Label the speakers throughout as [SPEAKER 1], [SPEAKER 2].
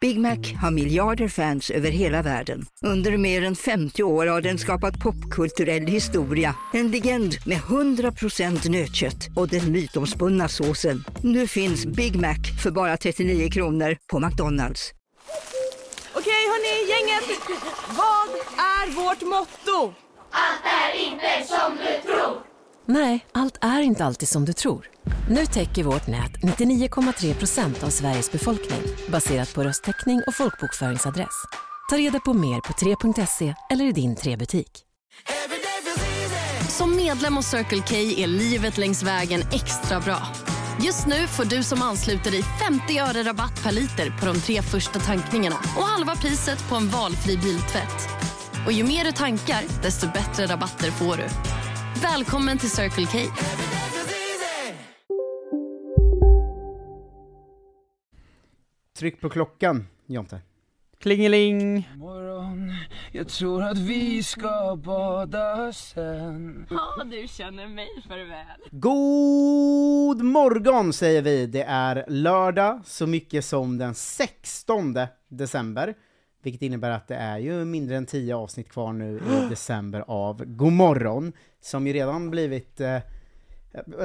[SPEAKER 1] Big Mac har miljarder fans över hela världen. Under mer än 50 år har den skapat popkulturell historia. En legend med 100% nötkött och den mytomspunna såsen. Nu finns Big Mac för bara 39 kronor på McDonalds.
[SPEAKER 2] Okej, hörni, gänget. Vad är vårt motto?
[SPEAKER 3] Nej, allt är inte alltid som du tror. Nu täcker vårt nät 99,3 procent av Sveriges befolkning baserat på röstteckning och folkbokföringsadress. Ta reda på mer på 3.se eller i din 3-butik.
[SPEAKER 4] Som medlem hos Circle K är livet längs vägen extra bra. Just nu får du som ansluter dig 50 öre rabatt per liter på de tre första tankningarna och halva priset på en valfri biltvätt. Och ju mer du tankar, desto bättre rabatter får du. Välkommen till Circle K.
[SPEAKER 5] Tryck på klockan, Jonte.
[SPEAKER 6] Klingeling!
[SPEAKER 7] Morgon, jag tror att vi ska bada sen
[SPEAKER 5] God morgon säger vi! Det är lördag så mycket som den 16 december. Vilket innebär att det är ju mindre än 10 avsnitt kvar nu i december av God morgon. Som ju redan blivit eh,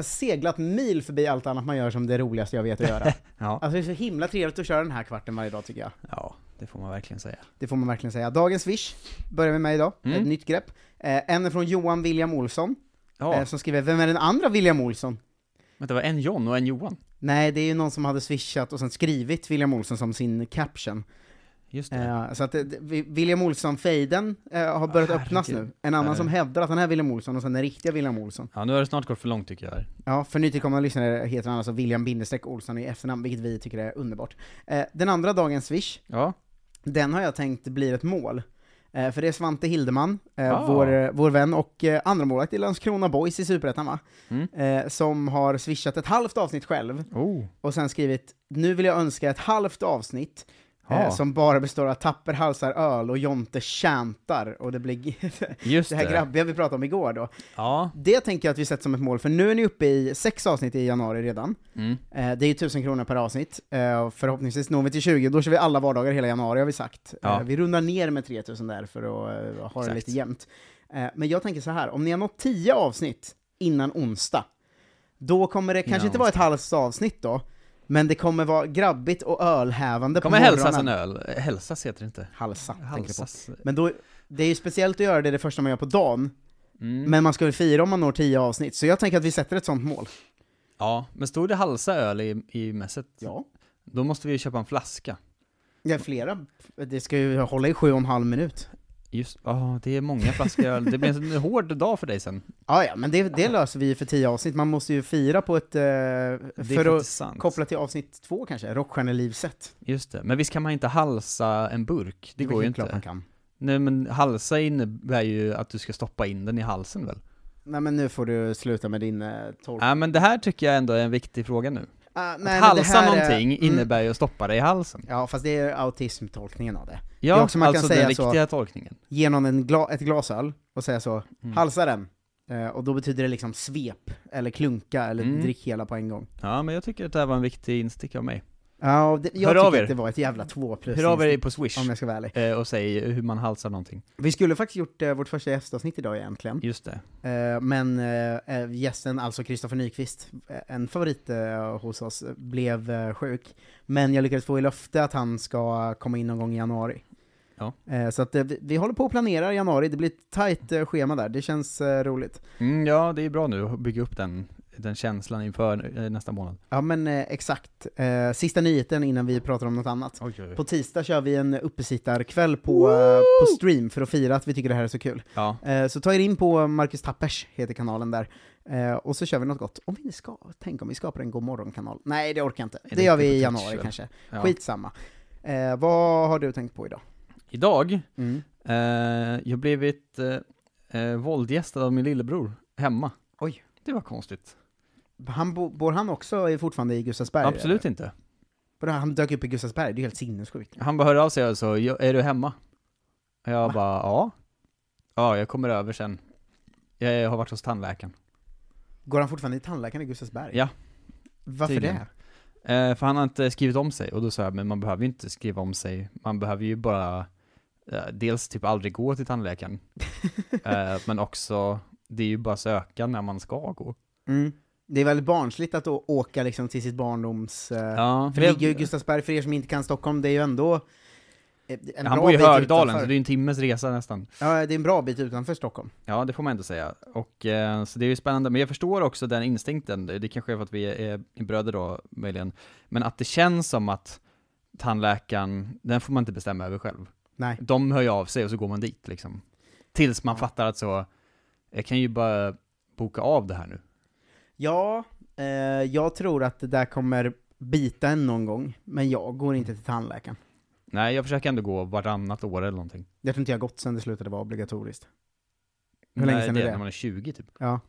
[SPEAKER 5] seglat mil förbi allt annat man gör som det roligaste jag vet att göra.
[SPEAKER 6] Ja.
[SPEAKER 5] Alltså det är så himla trevligt att köra den här kvarten varje dag tycker jag.
[SPEAKER 6] ja, det får man verkligen säga.
[SPEAKER 5] Det får man verkligen säga. Dagens Swish börjar med mig idag,
[SPEAKER 6] Mm.
[SPEAKER 5] ett nytt grepp. Eh, en är från Johan William Olsson,
[SPEAKER 6] Ja,
[SPEAKER 5] eh, som skriver “Vem är den andra William Olsson?”
[SPEAKER 6] men det var en John och en Johan.
[SPEAKER 5] Nej, det är ju någon som hade swishat och sen skrivit William Olsson som sin caption.
[SPEAKER 6] Just det.
[SPEAKER 5] Eh, så att det- det- William Olsson-fejden eh, har börjat
[SPEAKER 6] Ah,
[SPEAKER 5] öppnas nu.
[SPEAKER 6] herregud.
[SPEAKER 5] En annan
[SPEAKER 6] Är det-
[SPEAKER 5] som hävdar att han är William Olsson och sen den riktiga William Olsson.
[SPEAKER 6] Ja, nu har det snart gått för långt tycker jag. här.
[SPEAKER 5] Ja, för nytillkomna lyssnare heter han alltså William Bindestreck Olsson i efternamn, vilket vi tycker är underbart. Eh, den andra dagens swish,
[SPEAKER 6] Ja,
[SPEAKER 5] den har jag tänkt blir ett mål. Eh, för det är Svante Hildeman, eh,
[SPEAKER 6] Ah.
[SPEAKER 5] vår, vår vän och eh, andra målvakt i Landskrona Boys i Superettan va?
[SPEAKER 6] Mm.
[SPEAKER 5] Eh, som har swishat ett halvt avsnitt själv,
[SPEAKER 6] oh.
[SPEAKER 5] och sen skrivit “Nu vill jag önska ett halvt avsnitt
[SPEAKER 6] Ja.
[SPEAKER 5] eh, som bara består av tapper halsar öl och Jonte tjantar” och det blir
[SPEAKER 6] just
[SPEAKER 5] det här grabbiga vi pratade om igår då.
[SPEAKER 6] Ja,
[SPEAKER 5] Det tänker jag att vi sätter som ett mål, för nu är ni uppe i sex avsnitt i januari redan.
[SPEAKER 6] Mm.
[SPEAKER 5] Eh, det är ju 1000 kronor per avsnitt, eh, och förhoppningsvis når vi till 20, då kör vi alla vardagar hela januari har vi sagt.
[SPEAKER 6] Ja.
[SPEAKER 5] Eh, vi rundar ner med 3000 där för att eh, ha det
[SPEAKER 6] Exakt.
[SPEAKER 5] lite jämnt. Eh, men jag tänker så här, om ni har nått 10 avsnitt innan onsdag, då kommer det kanske inte vara ett halvt avsnitt då, men det kommer vara grabbigt och ölhävande
[SPEAKER 6] kommer
[SPEAKER 5] på
[SPEAKER 6] hälsas en
[SPEAKER 5] morgonen.
[SPEAKER 6] öl. Eh, Hälsas heter det inte.
[SPEAKER 5] Halsa, tänker jag på.
[SPEAKER 6] Hälsas.
[SPEAKER 5] Men då, det är ju speciellt att göra det det första man gör på dagen,
[SPEAKER 6] Mm.
[SPEAKER 5] men man ska väl fira om man når 10 avsnitt, så jag tänker att vi sätter ett sånt mål.
[SPEAKER 6] Ja, men stod det halsa öl i, i mässet?
[SPEAKER 5] Ja.
[SPEAKER 6] Då måste vi ju köpa en flaska.
[SPEAKER 5] Ja, flera. Det ska ju hålla i sju och en halv minut.
[SPEAKER 6] Just, ja, det är många flaskor öl. Det blir en hård dag för dig sen.
[SPEAKER 5] Ah, Ja, ja, men det, det löser vi ju för 10 avsnitt. Man måste ju fira på ett... Eh,
[SPEAKER 6] Det är
[SPEAKER 5] för att
[SPEAKER 6] faktiskt sant.
[SPEAKER 5] koppla till avsnitt två kanske, Rockstjärnelivset.
[SPEAKER 6] Just det. Men visst kan man inte halsa en burk? Det går ju
[SPEAKER 5] Klart man
[SPEAKER 6] inte.
[SPEAKER 5] kan.
[SPEAKER 6] Nej men halsa innebär ju att du ska stoppa in den i halsen väl?
[SPEAKER 5] Nej men nu får du sluta med din eh, tolk.
[SPEAKER 6] Ja men det här tycker jag ändå är en viktig fråga nu.
[SPEAKER 5] Ah,
[SPEAKER 6] att
[SPEAKER 5] nej, men det
[SPEAKER 6] halsa
[SPEAKER 5] här är-
[SPEAKER 6] någonting
[SPEAKER 5] mm.
[SPEAKER 6] innebär ju att stoppa det i halsen.
[SPEAKER 5] Ja, fast det är autismtolkningen av det.
[SPEAKER 6] Ja,
[SPEAKER 5] Det är också man kan
[SPEAKER 6] alltså
[SPEAKER 5] säga
[SPEAKER 6] den
[SPEAKER 5] så.
[SPEAKER 6] riktiga tolkningen.
[SPEAKER 5] Ge någon en gla, ett glas öl och säga så,
[SPEAKER 6] Mm.
[SPEAKER 5] halsa den. Eh, och då betyder det liksom svep, eller klunka, eller
[SPEAKER 6] Mm.
[SPEAKER 5] drick hela på en gång.
[SPEAKER 6] Ja, men jag tycker att det här var en viktig instick av mig.
[SPEAKER 5] Ja, och det, jag
[SPEAKER 6] Hör av
[SPEAKER 5] tycker
[SPEAKER 6] er.
[SPEAKER 5] att det var ett jävla två plus
[SPEAKER 6] Hör av er
[SPEAKER 5] instinkt,
[SPEAKER 6] på Swish
[SPEAKER 5] om jag ska vara ärlig.
[SPEAKER 6] eh, och säg hur man halsar någonting.
[SPEAKER 5] Vi skulle faktiskt gjort eh, vårt första gästavsnitt idag egentligen,
[SPEAKER 6] Just det.
[SPEAKER 5] eh, men eh, eh, gästen, alltså Kristoffer Nyqvist, eh, en favorit eh, hos oss, eh, blev eh, sjuk. Men jag lyckades få i löfte att han ska komma in någon gång i januari.
[SPEAKER 6] Ja.
[SPEAKER 5] Eh, så att, eh, vi, vi håller på att planera januari, det blir ett tajt eh, schema där, det känns eh, roligt.
[SPEAKER 6] Mm, ja, det är bra nu att bygga upp den, den känslan inför eh, nästa månad.
[SPEAKER 5] Ja men eh, exakt, eh, sista nyheten innan vi pratar om något annat.
[SPEAKER 6] Oj, oj,
[SPEAKER 5] På tisdag kör vi en uppesittarkväll på, eh, på stream för att fira att vi tycker det här är så kul.
[SPEAKER 6] Ja,
[SPEAKER 5] Eh, Så ta er in på Marcus Tappers, heter kanalen där. Eh, Och så kör vi något gott. Om vi ska, tänk om vi skapar en God morgon-kanal. Nej, det orkar jag inte.
[SPEAKER 6] det
[SPEAKER 5] Det gör vi
[SPEAKER 6] inte
[SPEAKER 5] i
[SPEAKER 6] på touch,
[SPEAKER 5] januari
[SPEAKER 6] eller?
[SPEAKER 5] kanske.
[SPEAKER 6] ja.
[SPEAKER 5] Skitsamma. Eh, vad har du tänkt på idag?
[SPEAKER 6] Idag,
[SPEAKER 5] Mm.
[SPEAKER 6] eh, jag blivit eh, eh, våldgästad av min lillebror hemma.
[SPEAKER 5] Oj.
[SPEAKER 6] Det var konstigt.
[SPEAKER 5] Han, bo- bor han också i- fortfarande i Gustavsberg?
[SPEAKER 6] Absolut inte.
[SPEAKER 5] Eller? Han dök upp i Gustavsberg, det är ju helt sinnessjukt.
[SPEAKER 6] Han bara hörde av sig och sa, "Ja, är du hemma? Och jag bara, ja. Ja, jag kommer över sen. Jag har varit hos tandläkaren.
[SPEAKER 5] Går han fortfarande i tandläkaren i Gustavsberg?
[SPEAKER 6] Ja.
[SPEAKER 5] Varför
[SPEAKER 6] tydligen.
[SPEAKER 5] det?
[SPEAKER 6] Eh, för han har inte skrivit om sig och då sa jag, men man behöver ju inte skriva om sig, man behöver ju bara eh, dels typ aldrig gå till tandläkaren, eh, men också det är ju bara söka när man ska gå.
[SPEAKER 5] Mm. Det är väldigt barnsligt att å- åka liksom till sitt barndoms... eh,
[SPEAKER 6] Ja,
[SPEAKER 5] För det ligger ju i Gustavsberg, för er som inte kan Stockholm, det är ju ändå... eh, En
[SPEAKER 6] han
[SPEAKER 5] bra
[SPEAKER 6] bor ju i
[SPEAKER 5] bit
[SPEAKER 6] Högdalen, så
[SPEAKER 5] utanför.
[SPEAKER 6] det är ju en timmes resa nästan.
[SPEAKER 5] Ja, det är en bra bit utanför Stockholm.
[SPEAKER 6] Ja, det får man ändå säga. Och, eh, så det är ju spännande, men jag förstår också den instinkten, det det kanske är för att vi är, är bröder då, möjligen, men att det känns som att tandläkaren, den får man inte bestämma över själv.
[SPEAKER 5] Nej.
[SPEAKER 6] De hör ju av sig och så går man dit liksom. Tills man fattar att så, jag kan ju bara boka av det här nu.
[SPEAKER 5] Ja, eh, jag tror att det där kommer bita en någon gång, men jag går inte till tandläkaren.
[SPEAKER 6] Nej, jag försöker ändå gå varannat år eller någonting.
[SPEAKER 5] Jag tror inte jag har gått sen det slutade vara obligatoriskt. Hur länge
[SPEAKER 6] Nej,
[SPEAKER 5] sedan är det?
[SPEAKER 6] När man är 20 typ.
[SPEAKER 5] Ja,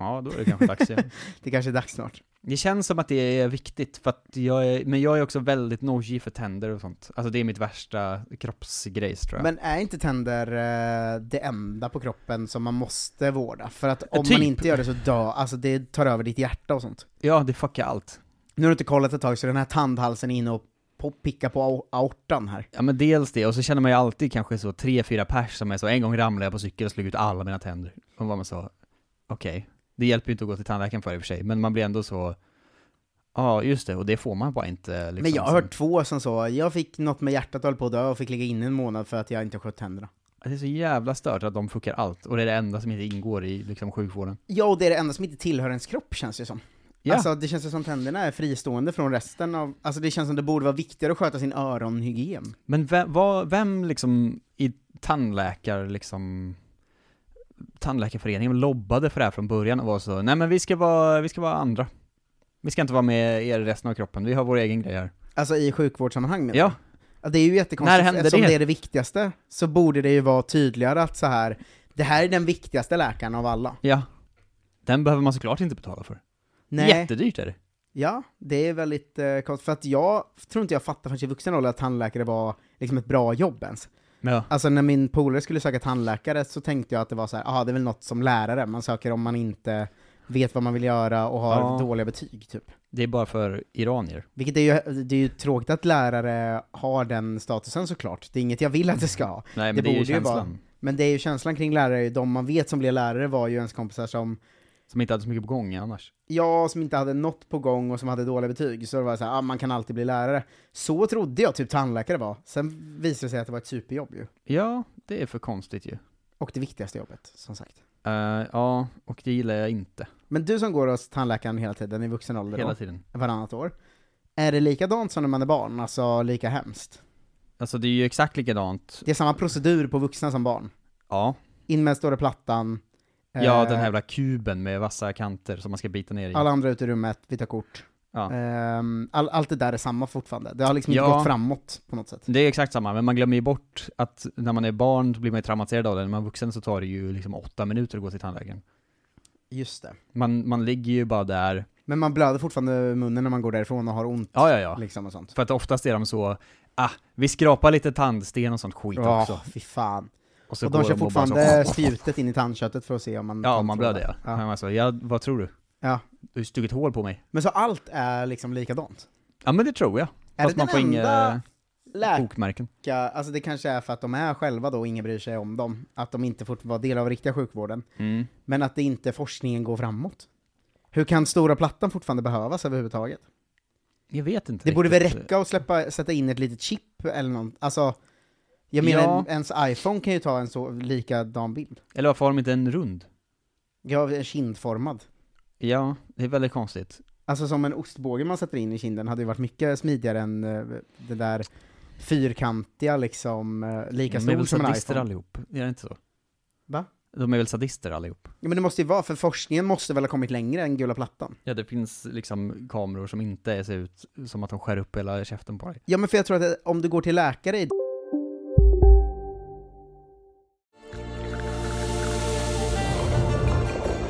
[SPEAKER 6] Ja, då är det kanske dags igen.
[SPEAKER 5] det kanske är dags snart.
[SPEAKER 6] Det känns som att det är viktigt, för att jag är, men jag är också väldigt nojig för tänder och sånt. Alltså det är mitt värsta kroppsgrej tror jag.
[SPEAKER 5] Men är inte tänder eh, det enda på kroppen som man måste vårda? För att om
[SPEAKER 6] Typ.
[SPEAKER 5] man inte gör det så dör, alltså det tar över ditt hjärta och sånt.
[SPEAKER 6] Ja, det fuckar allt.
[SPEAKER 5] Nu har du inte kollat ett tag, så den här tandhalsen är inne och po- pickar på aor- aortan här.
[SPEAKER 6] Ja men dels det, och så känner man ju alltid kanske så tre, fyra pers som är så, en gång ramlade jag på cykel och slog ut alla mina tänder. Och var man så, okej, det hjälper ju inte att gå till tandläkaren för i och för sig, men man blir ändå så, ja just det, och det får man bara inte liksom.
[SPEAKER 5] Men jag har
[SPEAKER 6] sen.
[SPEAKER 5] hört två som så, jag fick något med hjärtat och höll på att dö och fick ligga inne en månad för att jag inte skött tänderna.
[SPEAKER 6] Det är så jävla stört att de fuckar allt, och det är det enda som inte ingår i liksom sjukvården.
[SPEAKER 5] Ja, och det är det enda som inte tillhör ens kropp känns det som.
[SPEAKER 6] Ja.
[SPEAKER 5] Alltså det känns ju som tänderna är fristående från resten av, alltså det känns som det borde vara viktigare att sköta sin öronhygien.
[SPEAKER 6] Men vem, vad, vem liksom i tandläkar, liksom tandläkarföreningen lobbade för det här från början och var så, nej men vi ska vara, vi ska vara andra. Vi ska inte vara med er i resten av kroppen, vi har vår egen grej här.
[SPEAKER 5] Alltså i sjukvårdssammanhang menar
[SPEAKER 6] Ja,
[SPEAKER 5] jag. Det är ju
[SPEAKER 6] När
[SPEAKER 5] jättekonstigt,
[SPEAKER 6] hände
[SPEAKER 5] eftersom
[SPEAKER 6] det?
[SPEAKER 5] det? är det viktigaste, så borde det ju vara tydligare att så här det här är den viktigaste läkaren av alla.
[SPEAKER 6] ja. Den behöver man såklart inte betala för.
[SPEAKER 5] Nej.
[SPEAKER 6] Jättedyrt är det.
[SPEAKER 5] Ja, det är väldigt eh, konstigt, för att jag tror inte jag fattar förrän i vuxen ålder att tandläkare var liksom ett bra jobb ens.
[SPEAKER 6] Men ja.
[SPEAKER 5] Alltså när min polare skulle söka tandläkare så tänkte jag att det var så här, aha, det är väl något som lärare, man söker om man inte vet vad man vill göra och har
[SPEAKER 6] Ja.
[SPEAKER 5] dåliga betyg typ.
[SPEAKER 6] Det är bara för iranier.
[SPEAKER 5] Vilket är ju, det är ju tråkigt att lärare har den statusen såklart, det är inget jag vill att det ska ha.
[SPEAKER 6] Nej men det,
[SPEAKER 5] Det
[SPEAKER 6] är ju
[SPEAKER 5] borde ju vara-
[SPEAKER 6] känslan.
[SPEAKER 5] Men det är ju känslan kring lärare, de man vet som blev lärare var ju ens kompisar som,
[SPEAKER 6] Som inte hade så mycket på gång annars.
[SPEAKER 5] ja, som inte hade något på gång och som hade dåliga betyg, så det var så här, ah, man kan alltid bli lärare. Så trodde jag typ tandläkare var, sen visade det sig att det var ett superjobb ju.
[SPEAKER 6] Ja, det är för konstigt ju.
[SPEAKER 5] Och det viktigaste jobbet, som sagt.
[SPEAKER 6] Eh, ja, och det gillar jag inte.
[SPEAKER 5] Men du som går hos tandläkaren hela tiden i vuxen ålder då?
[SPEAKER 6] Hela tiden.
[SPEAKER 5] varannat år. Är det likadant som när man är barn? Alltså lika hemskt?
[SPEAKER 6] Alltså det är ju exakt likadant.
[SPEAKER 5] Det är samma procedur på vuxna som barn.
[SPEAKER 6] Ja.
[SPEAKER 5] In med den stora plattan.
[SPEAKER 6] Ja,
[SPEAKER 5] eh,
[SPEAKER 6] den här jävla kuben med vassa kanter som man ska bita ner i.
[SPEAKER 5] Alla andra ut i rummet, vi tar kort.
[SPEAKER 6] Ja.
[SPEAKER 5] Ehm, all, allt det där är samma fortfarande. Det har liksom inte
[SPEAKER 6] Ja.
[SPEAKER 5] gått framåt på något sätt.
[SPEAKER 6] Det är exakt samma, men man glömmer ju bort att när man är barn så blir man ju traumatiserad av det, när man är vuxen så tar det ju liksom åtta minuter att gå till tandläkaren.
[SPEAKER 5] Just det.
[SPEAKER 6] Man, man ligger ju bara där,
[SPEAKER 5] Men man blöder fortfarande ur munnen när man går därifrån och har ont.
[SPEAKER 6] ja ja ja.
[SPEAKER 5] Liksom och sånt.
[SPEAKER 6] För att oftast är de så, ah, vi skrapar lite tandsten och sånt skit
[SPEAKER 5] Ja,
[SPEAKER 6] också.
[SPEAKER 5] fy fan.
[SPEAKER 6] Och så
[SPEAKER 5] och de
[SPEAKER 6] går
[SPEAKER 5] kör
[SPEAKER 6] och bara så-
[SPEAKER 5] fortfarande spjutet in i tandköttet för att se om man...
[SPEAKER 6] Ja,
[SPEAKER 5] om
[SPEAKER 6] man blöder ja. ja. Man sa, ja, vad tror du?
[SPEAKER 5] Ja.
[SPEAKER 6] Du har stuckit hål på mig.
[SPEAKER 5] Men så allt är liksom likadant?
[SPEAKER 6] Ja men det tror jag.
[SPEAKER 5] Är
[SPEAKER 6] Fast
[SPEAKER 5] det
[SPEAKER 6] man
[SPEAKER 5] den
[SPEAKER 6] får inga
[SPEAKER 5] enda läkaren?
[SPEAKER 6] bokmärken.
[SPEAKER 5] olika, alltså det kanske är för att de är själva då och ingen bryr sig om dem, att de inte får vara del av riktiga sjukvården,
[SPEAKER 6] Mm.
[SPEAKER 5] men att det inte forskningen går framåt. Hur kan stora plattan fortfarande behövas överhuvudtaget?
[SPEAKER 6] Jag vet inte
[SPEAKER 5] Det borde väl
[SPEAKER 6] riktigt. eh,
[SPEAKER 5] räcka att släppa, sätta in ett litet chip eller något, alltså jag menar
[SPEAKER 6] Ja.
[SPEAKER 5] ens iPhone kan ju ta en så likadan bild.
[SPEAKER 6] Eller varför har de inte en rund?
[SPEAKER 5] Ja, en kindformad.
[SPEAKER 6] Ja, det är väldigt konstigt.
[SPEAKER 5] Alltså som en ostbåge man sätter in i kinden hade ju varit mycket smidigare än eh, det där fyrkantiga liksom, eh,
[SPEAKER 6] de
[SPEAKER 5] lika
[SPEAKER 6] är
[SPEAKER 5] stor
[SPEAKER 6] väl
[SPEAKER 5] som en
[SPEAKER 6] sadister
[SPEAKER 5] iPhone.
[SPEAKER 6] allihop? Är det inte så?
[SPEAKER 5] Va?
[SPEAKER 6] De är väl sadister allihop?
[SPEAKER 5] Ja, men det måste ju vara, för forskningen måste väl ha kommit längre än gula plattan?
[SPEAKER 6] Ja, det finns liksom kameror som inte ser ut som att de skär upp hela käften på dig.
[SPEAKER 5] Ja men för jag tror att eh, om du går till läkare i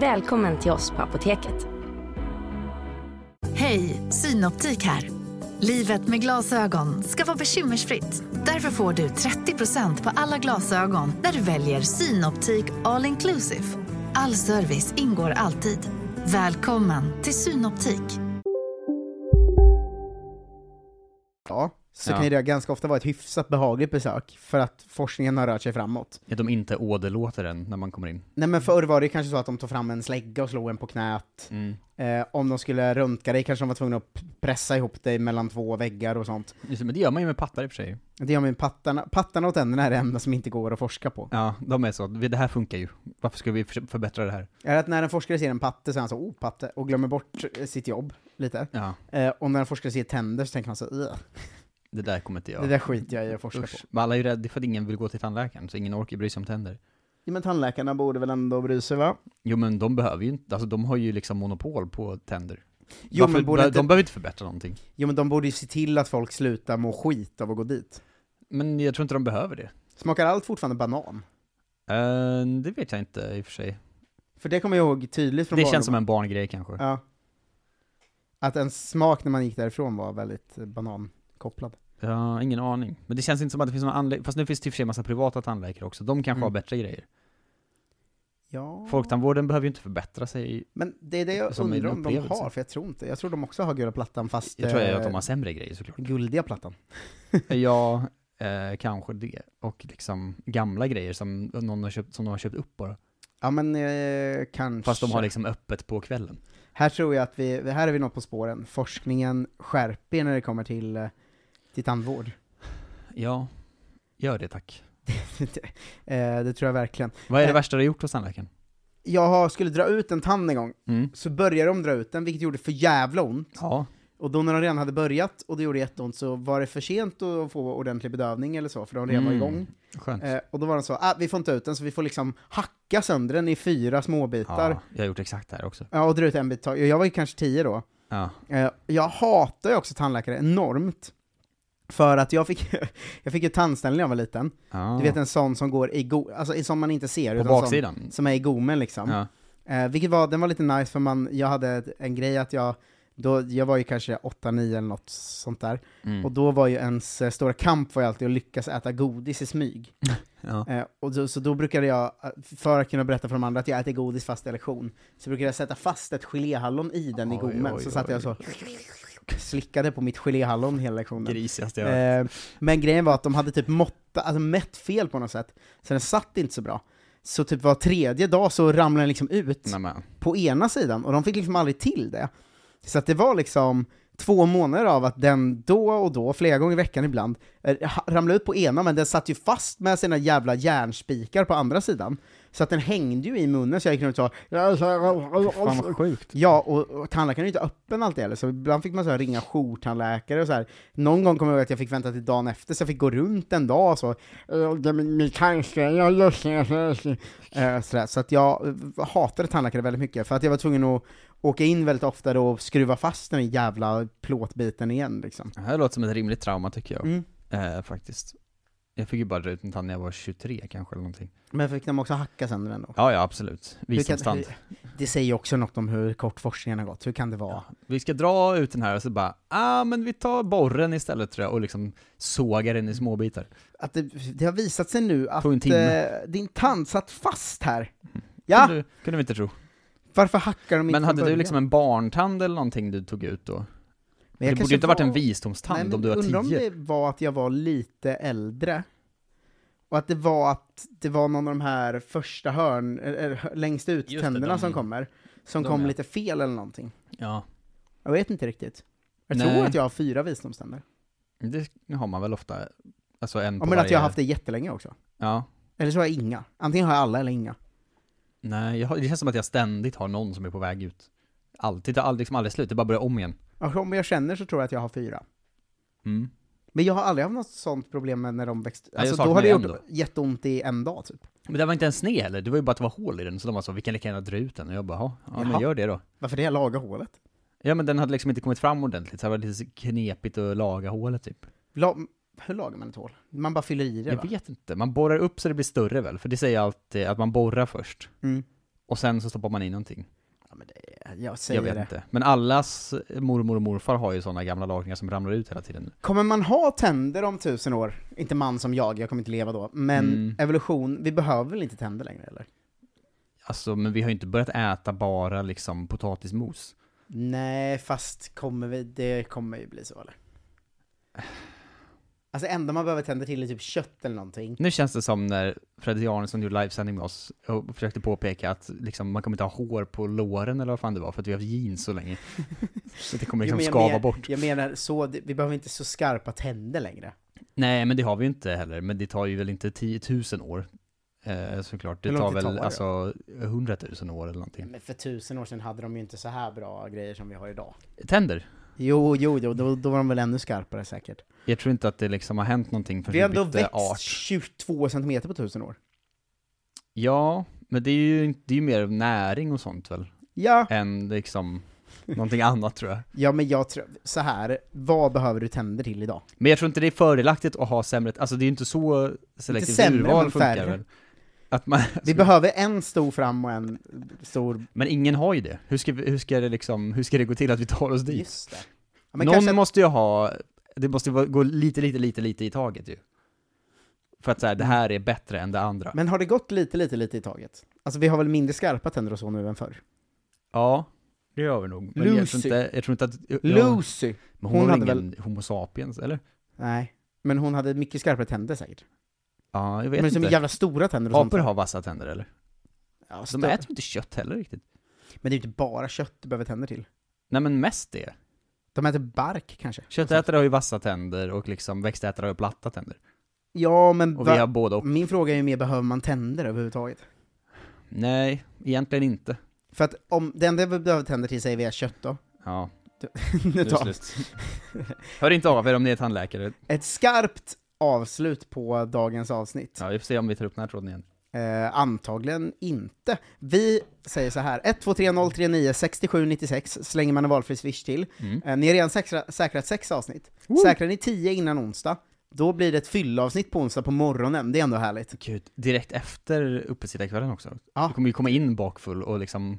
[SPEAKER 8] Välkommen till oss på Apoteket.
[SPEAKER 9] Hej, Synoptik här. Livet med glasögon ska vara bekymmersfritt. Därför får du 30% på alla glasögon när du väljer Synoptik All Inclusive. All service ingår alltid. Välkommen till Synoptik.
[SPEAKER 5] Ja, så
[SPEAKER 6] Ja.
[SPEAKER 5] kan ju det ganska ofta vara ett hyfsat behagligt besök, för att forskningen har rört sig framåt.
[SPEAKER 6] Att de inte åderlåter en när man kommer in.
[SPEAKER 5] Nej men förr var det kanske så att de tog fram en slägga och slog en på knät.
[SPEAKER 6] Mm.
[SPEAKER 5] Eh, om de skulle röntga dig kanske de var tvungna att p- pressa ihop dig mellan två väggar och sånt.
[SPEAKER 6] Just det, Men det gör man ju med pattar i och för sig.
[SPEAKER 5] Det gör min pattarna, pattarna och tänderna är det enda som inte går att forska på.
[SPEAKER 6] Ja, de är så. Vi- Det här funkar ju. Varför ska vi för- förbättra det här?
[SPEAKER 5] Är att när en forskare ser en patte så är han så oh patte, och glömmer bort eh, sitt jobb lite.
[SPEAKER 6] Ja,
[SPEAKER 5] Eh, och när en forskare ser tänder så tänker han så "Ugh,
[SPEAKER 6] det där kommer inte jag.
[SPEAKER 5] det där skiter jag i att forska på.
[SPEAKER 6] Usch. Men alla är ju rädda för att ingen vill gå till tandläkaren, så ingen orkar bry sig om tänder.
[SPEAKER 5] Ja, men tandläkarna borde väl ändå bry sig va?
[SPEAKER 6] Jo men de behöver ju inte, alltså de har ju liksom monopol på tänder.
[SPEAKER 5] Jo,
[SPEAKER 6] Varför-
[SPEAKER 5] men borde
[SPEAKER 6] be-
[SPEAKER 5] inte-
[SPEAKER 6] De behöver inte förbättra någonting.
[SPEAKER 5] Jo men de borde ju se till att folk slutar må skit av att gå dit.
[SPEAKER 6] Men jag tror inte de behöver det.
[SPEAKER 5] Smakar allt fortfarande banan?
[SPEAKER 6] Eh, det vet jag inte i och för sig.
[SPEAKER 5] För det kommer jag ihåg tydligt från
[SPEAKER 6] Det känns som
[SPEAKER 5] barndomen.
[SPEAKER 6] en barngrej kanske.
[SPEAKER 5] Ja. Att en smak när man gick därifrån var väldigt eh, banankopplad.
[SPEAKER 6] Ja, ingen aning. Men det känns inte som att det finns någon anledning, fast nu finns det i och för sig en massa privata tandläkare också, de kanske
[SPEAKER 5] Mm.
[SPEAKER 6] har bättre grejer.
[SPEAKER 5] Ja.
[SPEAKER 6] Folktandvården behöver ju inte förbättra sig,
[SPEAKER 5] Men det är det jag
[SPEAKER 6] Som en
[SPEAKER 5] undrar om de
[SPEAKER 6] upplevelse.
[SPEAKER 5] har, för jag tror inte. Jag tror de också har gula plattan fast...
[SPEAKER 6] jag tror
[SPEAKER 5] eh,
[SPEAKER 6] ju att de har sämre grejer såklart.
[SPEAKER 5] Guldiga plattan.
[SPEAKER 6] ja, eh, kanske det. Och liksom gamla grejer som någon har köpt, som de har köpt upp bara.
[SPEAKER 5] Ja men eh, kanske.
[SPEAKER 6] Fast de har liksom öppet på kvällen.
[SPEAKER 5] Här tror jag att vi, här är vi något på spåren. Forskningen skärper er när det kommer till, eh, till tandvård.
[SPEAKER 6] Ja, gör det tack.
[SPEAKER 5] Eh, det tror jag verkligen.
[SPEAKER 6] Vad är det
[SPEAKER 5] Eh.
[SPEAKER 6] värsta du har gjort hos tandläkaren?
[SPEAKER 5] Jag har, skulle dra ut en tand en gång,
[SPEAKER 6] Mm.
[SPEAKER 5] så började de dra ut den, vilket gjorde för jävla ont.
[SPEAKER 6] Ja,
[SPEAKER 5] Och då när de redan hade börjat, och det gjorde jätteont, så var det för sent att få ordentlig bedövning eller så, för de redan var
[SPEAKER 6] Mm.
[SPEAKER 5] igång.
[SPEAKER 6] skönt.
[SPEAKER 5] Eh, och då var de så, ah, vi får inte ut den, så vi får liksom hacka sönder den i fyra småbitar.
[SPEAKER 6] Ja, jag har gjort exakt det här också.
[SPEAKER 5] Ja, och dra ut en bit tag. Jag var ju kanske tio då.
[SPEAKER 6] Ja.
[SPEAKER 5] Eh, jag hatar ju också tandläkare enormt. För att jag fick, jag fick ju tandställning när jag var liten.
[SPEAKER 6] Ja.
[SPEAKER 5] Du vet en sån som går i go- alltså som man inte ser.
[SPEAKER 6] På
[SPEAKER 5] utan sån
[SPEAKER 6] baksidan?
[SPEAKER 5] Som är i gommen liksom.
[SPEAKER 6] Ja.
[SPEAKER 5] Eh, vilket var, den var lite nice för man, jag hade ett- en grej att jag, då, jag var ju kanske 8-9 eller något sånt där.
[SPEAKER 6] Mm.
[SPEAKER 5] Och då var ju ens eh, stora kamp var ju alltid att lyckas äta godis i smyg.
[SPEAKER 6] ja.
[SPEAKER 5] Eh, och då, så då brukade jag, eh, för att kunna berätta för de andra att jag äter godis fast i lektion, så brukade jag sätta fast ett geléhallon i den i
[SPEAKER 6] Oj,
[SPEAKER 5] gommen,
[SPEAKER 6] oj,
[SPEAKER 5] så satt jag
[SPEAKER 6] oj.
[SPEAKER 5] så slickade på mitt geléhallon hela lektionen.
[SPEAKER 6] Grisigaste jag har
[SPEAKER 5] Eh, men grejen var att de hade typ måtta, alltså mätt fel på något sätt, så den satt inte så bra. Så typ var tredje dag så ramlade den liksom ut
[SPEAKER 6] Nej, men.
[SPEAKER 5] på ena sidan, och de fick liksom aldrig till det. Så att det var liksom två månader av att den då och då, flera gånger i veckan ibland, eh, ha- ramlade ut på ena, men den satt ju fast med sina jävla järnspikar på andra sidan. Så att den hängde ju i munnen, så jag gick runt och
[SPEAKER 6] Fan
[SPEAKER 5] sa...
[SPEAKER 6] vad sjukt.
[SPEAKER 5] Ja, och, och tandläkaren är ju inte öppen alltid heller, så ibland fick man så här ringa jourtandläkare och så här. Någon gång kommer jag ihåg att jag fick vänta till dagen efter, så jag fick gå runt en dag och så. "Eh, det är Min min tandställning, jag har lust, jag har lust." Eh, Så, där. så att jag eh, hatade tandläkare väldigt mycket, för att jag var tvungen att åka in väldigt ofta då och skruva fast den jävla plåtbiten igen liksom.
[SPEAKER 6] Det här låter som ett rimligt trauma tycker jag.
[SPEAKER 5] Mm.
[SPEAKER 6] Eh, faktiskt. Jag fick ju bara dra ut en tand när jag var 23 kanske eller någonting.
[SPEAKER 5] Men fick de också hacka sönder den då?
[SPEAKER 6] Ja, ja absolut.
[SPEAKER 5] Hur kan-
[SPEAKER 6] Visdomstand.
[SPEAKER 5] hur- Det säger ju också något om hur kort forskningen har gått, hur kan det vara?
[SPEAKER 6] Ja. Vi ska dra ut den här och så bara, ah men vi tar borren istället tror jag och liksom sågar den i små bitar.
[SPEAKER 5] Att det, det har visat sig nu att
[SPEAKER 6] Tog en timme.
[SPEAKER 5] eh, din tand satt fast här. Ja!
[SPEAKER 6] Kunde, kunde vi inte tro.
[SPEAKER 5] Varför hackar de inte
[SPEAKER 6] Men
[SPEAKER 5] från
[SPEAKER 6] hade du
[SPEAKER 5] början?
[SPEAKER 6] liksom en barntand eller någonting du tog ut då?
[SPEAKER 5] Men jag
[SPEAKER 6] det borde
[SPEAKER 5] kanske
[SPEAKER 6] ju inte varit en
[SPEAKER 5] var- Nej,
[SPEAKER 6] visdomstand
[SPEAKER 5] men
[SPEAKER 6] om du var
[SPEAKER 5] Undrar om
[SPEAKER 6] 10.
[SPEAKER 5] det var att jag var lite äldre. Och att det var att det var någon av de här första hörn, eller, hö- längst ut
[SPEAKER 6] Just det,
[SPEAKER 5] tänderna
[SPEAKER 6] de-
[SPEAKER 5] som kommer, som
[SPEAKER 6] de,
[SPEAKER 5] kom
[SPEAKER 6] ja.
[SPEAKER 5] lite fel eller någonting.
[SPEAKER 6] Ja,
[SPEAKER 5] Jag vet inte riktigt. Jag
[SPEAKER 6] Nej.
[SPEAKER 5] tror att jag har fyra visdomständer.
[SPEAKER 6] det har man väl ofta. Alltså en
[SPEAKER 5] Ja,
[SPEAKER 6] på
[SPEAKER 5] men
[SPEAKER 6] varje...
[SPEAKER 5] att jag har haft det jättelänge också.
[SPEAKER 6] Ja.
[SPEAKER 5] Eller så har jag inga. Antingen har jag alla eller inga.
[SPEAKER 6] Nej, jag, har- det känns som att jag ständigt har någon som är på väg ut. Alltid, det tar aldrig, liksom aldrig slut, det bara börjar om igen.
[SPEAKER 5] Och Om jag känner så tror jag att jag har fyra.
[SPEAKER 6] Mm.
[SPEAKER 5] Men jag har aldrig haft något sånt problem med när de växte.
[SPEAKER 6] jag
[SPEAKER 5] Alltså, då
[SPEAKER 6] saknar
[SPEAKER 5] har det
[SPEAKER 6] ju
[SPEAKER 5] gjort
[SPEAKER 6] en
[SPEAKER 5] jätteont i en dag typ.
[SPEAKER 6] Men det var inte ens sned heller, det var ju bara att det var hål i den, så de var så, vi kan lika gärna dra ut den. Och jag bara, "Ja, ja men
[SPEAKER 5] Jaha.
[SPEAKER 6] gör det då.
[SPEAKER 5] Varför det? Laga hålet?
[SPEAKER 6] Ja men den hade liksom inte kommit fram ordentligt, så det var lite knepigt att laga hålet typ.
[SPEAKER 5] La, hur lagar man ett hål? Man bara fyller i det va?
[SPEAKER 6] Jag vet inte, man borrar upp så det blir större väl? För det säger jag alltid, att man borrar först.
[SPEAKER 5] Mm.
[SPEAKER 6] Och sen så stoppar man i någonting.
[SPEAKER 5] Ja, men det, jag säger
[SPEAKER 6] jag vet
[SPEAKER 5] det.
[SPEAKER 6] inte. Men allas mormor och morfar har ju sådana gamla lagningar som ramlar ut hela tiden.
[SPEAKER 5] Kommer man ha tänder om tusen år? Inte man som jag, jag kommer inte leva då. Men
[SPEAKER 6] Mm.
[SPEAKER 5] evolution, vi behöver väl inte tänder längre eller?
[SPEAKER 6] Alltså, men vi har ju inte börjat äta bara liksom potatismos.
[SPEAKER 5] Nej, fast kommer vi, det kommer ju bli så eller? Alltså enda man behöver tänder till är typ kött eller någonting.
[SPEAKER 6] Nu känns det som när Fredrik Arnesson gjorde livesändning med oss och försökte påpeka att liksom, man kommer inte ha hår på låren eller vad fan det var för att vi har haft jeans så länge. Så det kommer liksom
[SPEAKER 5] Jo, men jag
[SPEAKER 6] skava
[SPEAKER 5] men-
[SPEAKER 6] bort.
[SPEAKER 5] Jag menar så, det- vi behöver inte så skarpa tänder längre.
[SPEAKER 6] Nej, men det har vi ju inte heller. Men det tar ju väl inte 10 000 år. Eh, såklart. Det
[SPEAKER 5] Hur
[SPEAKER 6] tar
[SPEAKER 5] lång tid
[SPEAKER 6] väl
[SPEAKER 5] tar det då?
[SPEAKER 6] alltså 100 000 år eller någonting.
[SPEAKER 5] Men för tusen år sedan hade de ju inte så här bra grejer som vi har idag.
[SPEAKER 6] Tänder?
[SPEAKER 5] Jo, jo, jo, då, då var de väl ännu skarpare säkert.
[SPEAKER 6] Jag tror inte att det liksom har hänt någonting
[SPEAKER 5] Vi har
[SPEAKER 6] förrän vi
[SPEAKER 5] ändå
[SPEAKER 6] bytte
[SPEAKER 5] växt
[SPEAKER 6] art.
[SPEAKER 5] 22 centimeter på tusen år.
[SPEAKER 6] Ja, men det är ju, inte- det är ju mer näring och sånt väl?
[SPEAKER 5] Ja,
[SPEAKER 6] Än liksom någonting annat tror jag.
[SPEAKER 5] ja men jag tror, så här, vad behöver du tänder till idag?
[SPEAKER 6] Men jag tror inte det är fördelaktigt att ha sämre, alltså det är ju inte så selektivt
[SPEAKER 5] sämre,
[SPEAKER 6] urval
[SPEAKER 5] men
[SPEAKER 6] funkar
[SPEAKER 5] färre.
[SPEAKER 6] väl? Att man,
[SPEAKER 5] Vi behöver en stor fram och en stor...
[SPEAKER 6] men ingen har ju det. Hur ska, vi- hur ska det liksom, hur ska det gå till att vi tar oss dit?
[SPEAKER 5] Just det. Ja, men
[SPEAKER 6] Någon
[SPEAKER 5] kanske,
[SPEAKER 6] måste ju ha, det måste ju vara- gå lite, lite, lite, lite i taget ju. För att så här, det här är bättre än det andra.
[SPEAKER 5] men har det gått lite, lite, lite i taget? Alltså vi har väl mindre skarpa tänder och så nu än förr?
[SPEAKER 6] ja, det gör vi nog. Men jag tror
[SPEAKER 5] Lucy.
[SPEAKER 6] inte, jag tror inte att... Ja,
[SPEAKER 5] Lucy!
[SPEAKER 6] men
[SPEAKER 5] hon
[SPEAKER 6] hon, hon
[SPEAKER 5] hade
[SPEAKER 6] hade ingen Homo sapiens, eller?
[SPEAKER 5] Nej, men hon hade mycket skarpare tänder säkert.
[SPEAKER 6] Ja, jag vet
[SPEAKER 5] Men som
[SPEAKER 6] inte.
[SPEAKER 5] jävla stora tänder och
[SPEAKER 6] Apor
[SPEAKER 5] sånt.
[SPEAKER 6] har vassa tänder eller?
[SPEAKER 5] Ja,
[SPEAKER 6] De
[SPEAKER 5] stö-
[SPEAKER 6] äter ju inte kött heller riktigt.
[SPEAKER 5] Men det är ju inte bara kött du behöver tänder till.
[SPEAKER 6] Nej men mest det.
[SPEAKER 5] De äter bark kanske.
[SPEAKER 6] Köttätare har ju vassa tänder och liksom växtätare har ju platta tänder.
[SPEAKER 5] Ja, men
[SPEAKER 6] Och
[SPEAKER 5] va-
[SPEAKER 6] vi har båda och...
[SPEAKER 5] min fråga är ju mer, behöver man tänder överhuvudtaget?
[SPEAKER 6] Nej, egentligen inte.
[SPEAKER 5] För att om det enda vi behöver tänder till säger vi är kött då.
[SPEAKER 6] Ja,
[SPEAKER 5] Nu
[SPEAKER 6] nu är
[SPEAKER 5] tar
[SPEAKER 6] det slut. Hör inte av er om ni är tandläkare.
[SPEAKER 5] Ett skarpt avslut på dagens avsnitt.
[SPEAKER 6] Ja, vi får se om vi tar upp den här tråden igen.
[SPEAKER 5] Eh, antagligen inte. Vi säger så här, 123039 6796 slänger man en valfri swish till.
[SPEAKER 6] Mm.
[SPEAKER 5] Eh, ni har redan säkra, säkrat sex avsnitt. Säkrar ni tio innan onsdag, då blir det ett fyllavsnitt på onsdag på morgonen. Det är ändå härligt.
[SPEAKER 6] Gud, direkt efter uppesittarkvällen också.
[SPEAKER 5] Ja.
[SPEAKER 6] Du kommer ju komma in bakfull och liksom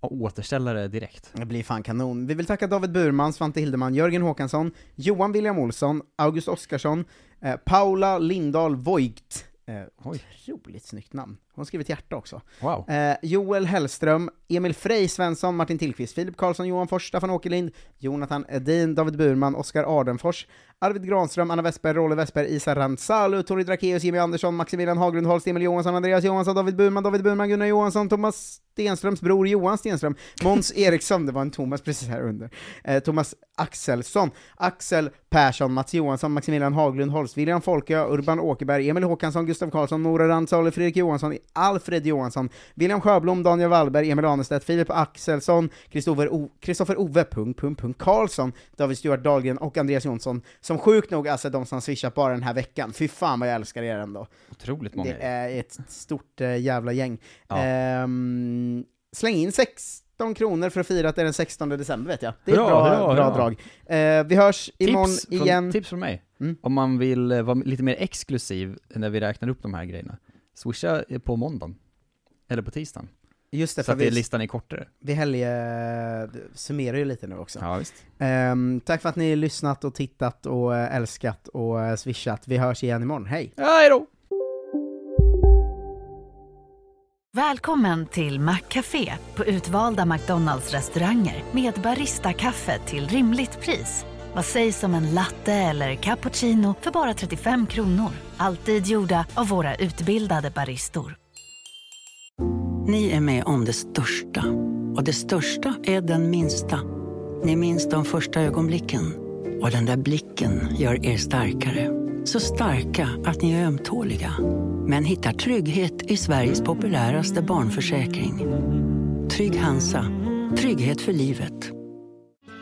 [SPEAKER 6] återställa det direkt.
[SPEAKER 5] Det blir fan kanon. Vi vill tacka David Burman, Svante Hildeman, Jörgen Håkansson, Johan William Olsson, August Oskarsson, eh, Paula Lindahl Voigt. Eh,
[SPEAKER 6] Oj.
[SPEAKER 5] otroligt snyggt namn. Hon har skrivit hjärta också.
[SPEAKER 6] Wow.
[SPEAKER 5] Eh, Joel Hellström, Emil Frey Svensson, Martin Tillqvist, Filip Karlsson, Johan Fors, Staffan Åkerlind, Jonathan Edin, David Burman, Oskar Ardenfors, Arvid Granström, Anna Westberg, Rolle Westberg, Isa Rantsalu, Tori Drakeus, Jimmy Andersson, Maximilian Haglund, Holst, Emil Johansson, Andreas Johansson, David Burman, David Burman, Gunnar Johansson, Thomas Stenströms bror Johan Stenström, Måns Eriksson, det var en Thomas precis här under, eh, Thomas Axelsson, Axel Persson, Mats Johansson, Maximilian Haglund, Holst, William Folkö, Urban Åkerberg, Emil Håkansson, Gustav Karlsson, Nora Rantsalu, Fredrik Johansson, Alfred Johansson, William Sjöblom, Daniel Wallberg, Emil Anerstedt, Filip Axelsson, Kristoffer O- Kristoffer Ove, punkt, punkt, punkt, Karlsson, David Stuart Dahlgren och Andreas Jonsson, som sjukt nog alltså är de som swishat bara den här veckan. Fy fan vad jag älskar er ändå.
[SPEAKER 6] Otroligt många.
[SPEAKER 5] Det är ett stort eh, jävla gäng.
[SPEAKER 6] Ja.
[SPEAKER 5] Ehm, släng in 16 kronor för att fira att det är den 16 december vet jag. Det är ett
[SPEAKER 6] Hurra,
[SPEAKER 5] bra,
[SPEAKER 6] hurra,
[SPEAKER 5] bra
[SPEAKER 6] hurra.
[SPEAKER 5] drag. Eh, vi hörs imorgon
[SPEAKER 6] tips från,
[SPEAKER 5] igen.
[SPEAKER 6] Tips från mig.
[SPEAKER 5] Mm.
[SPEAKER 6] Om man vill eh, vara lite mer exklusiv när vi räknar upp de här grejerna. Swisha eh, på måndagen. Eller på tisdagen.
[SPEAKER 5] Just det,
[SPEAKER 6] Så
[SPEAKER 5] för
[SPEAKER 6] att det,
[SPEAKER 5] vi,
[SPEAKER 6] listan är kortare.
[SPEAKER 5] vi helge... summerar ju lite nu också.
[SPEAKER 6] Ja, visst.
[SPEAKER 5] Ehm, tack för att ni lyssnat och tittat och eh, älskat och eh, swishat. Vi hörs igen imorgon. Hej!
[SPEAKER 6] Hej då!
[SPEAKER 9] Välkommen till Maccafé på utvalda McDonalds restauranger med Baristakaffe till rimligt pris. Vad sägs om en latte eller cappuccino för bara 35 kronor? Alltid gjorda av våra utbildade baristor.
[SPEAKER 10] Ni är med om det största. Och det största är den minsta. Ni minns de första ögonblicken. Och den där blicken gör er starkare. Så starka att ni är ömtåliga. Men hittar trygghet i Sveriges populäraste barnförsäkring. Trygg Hansa. Trygghet för livet.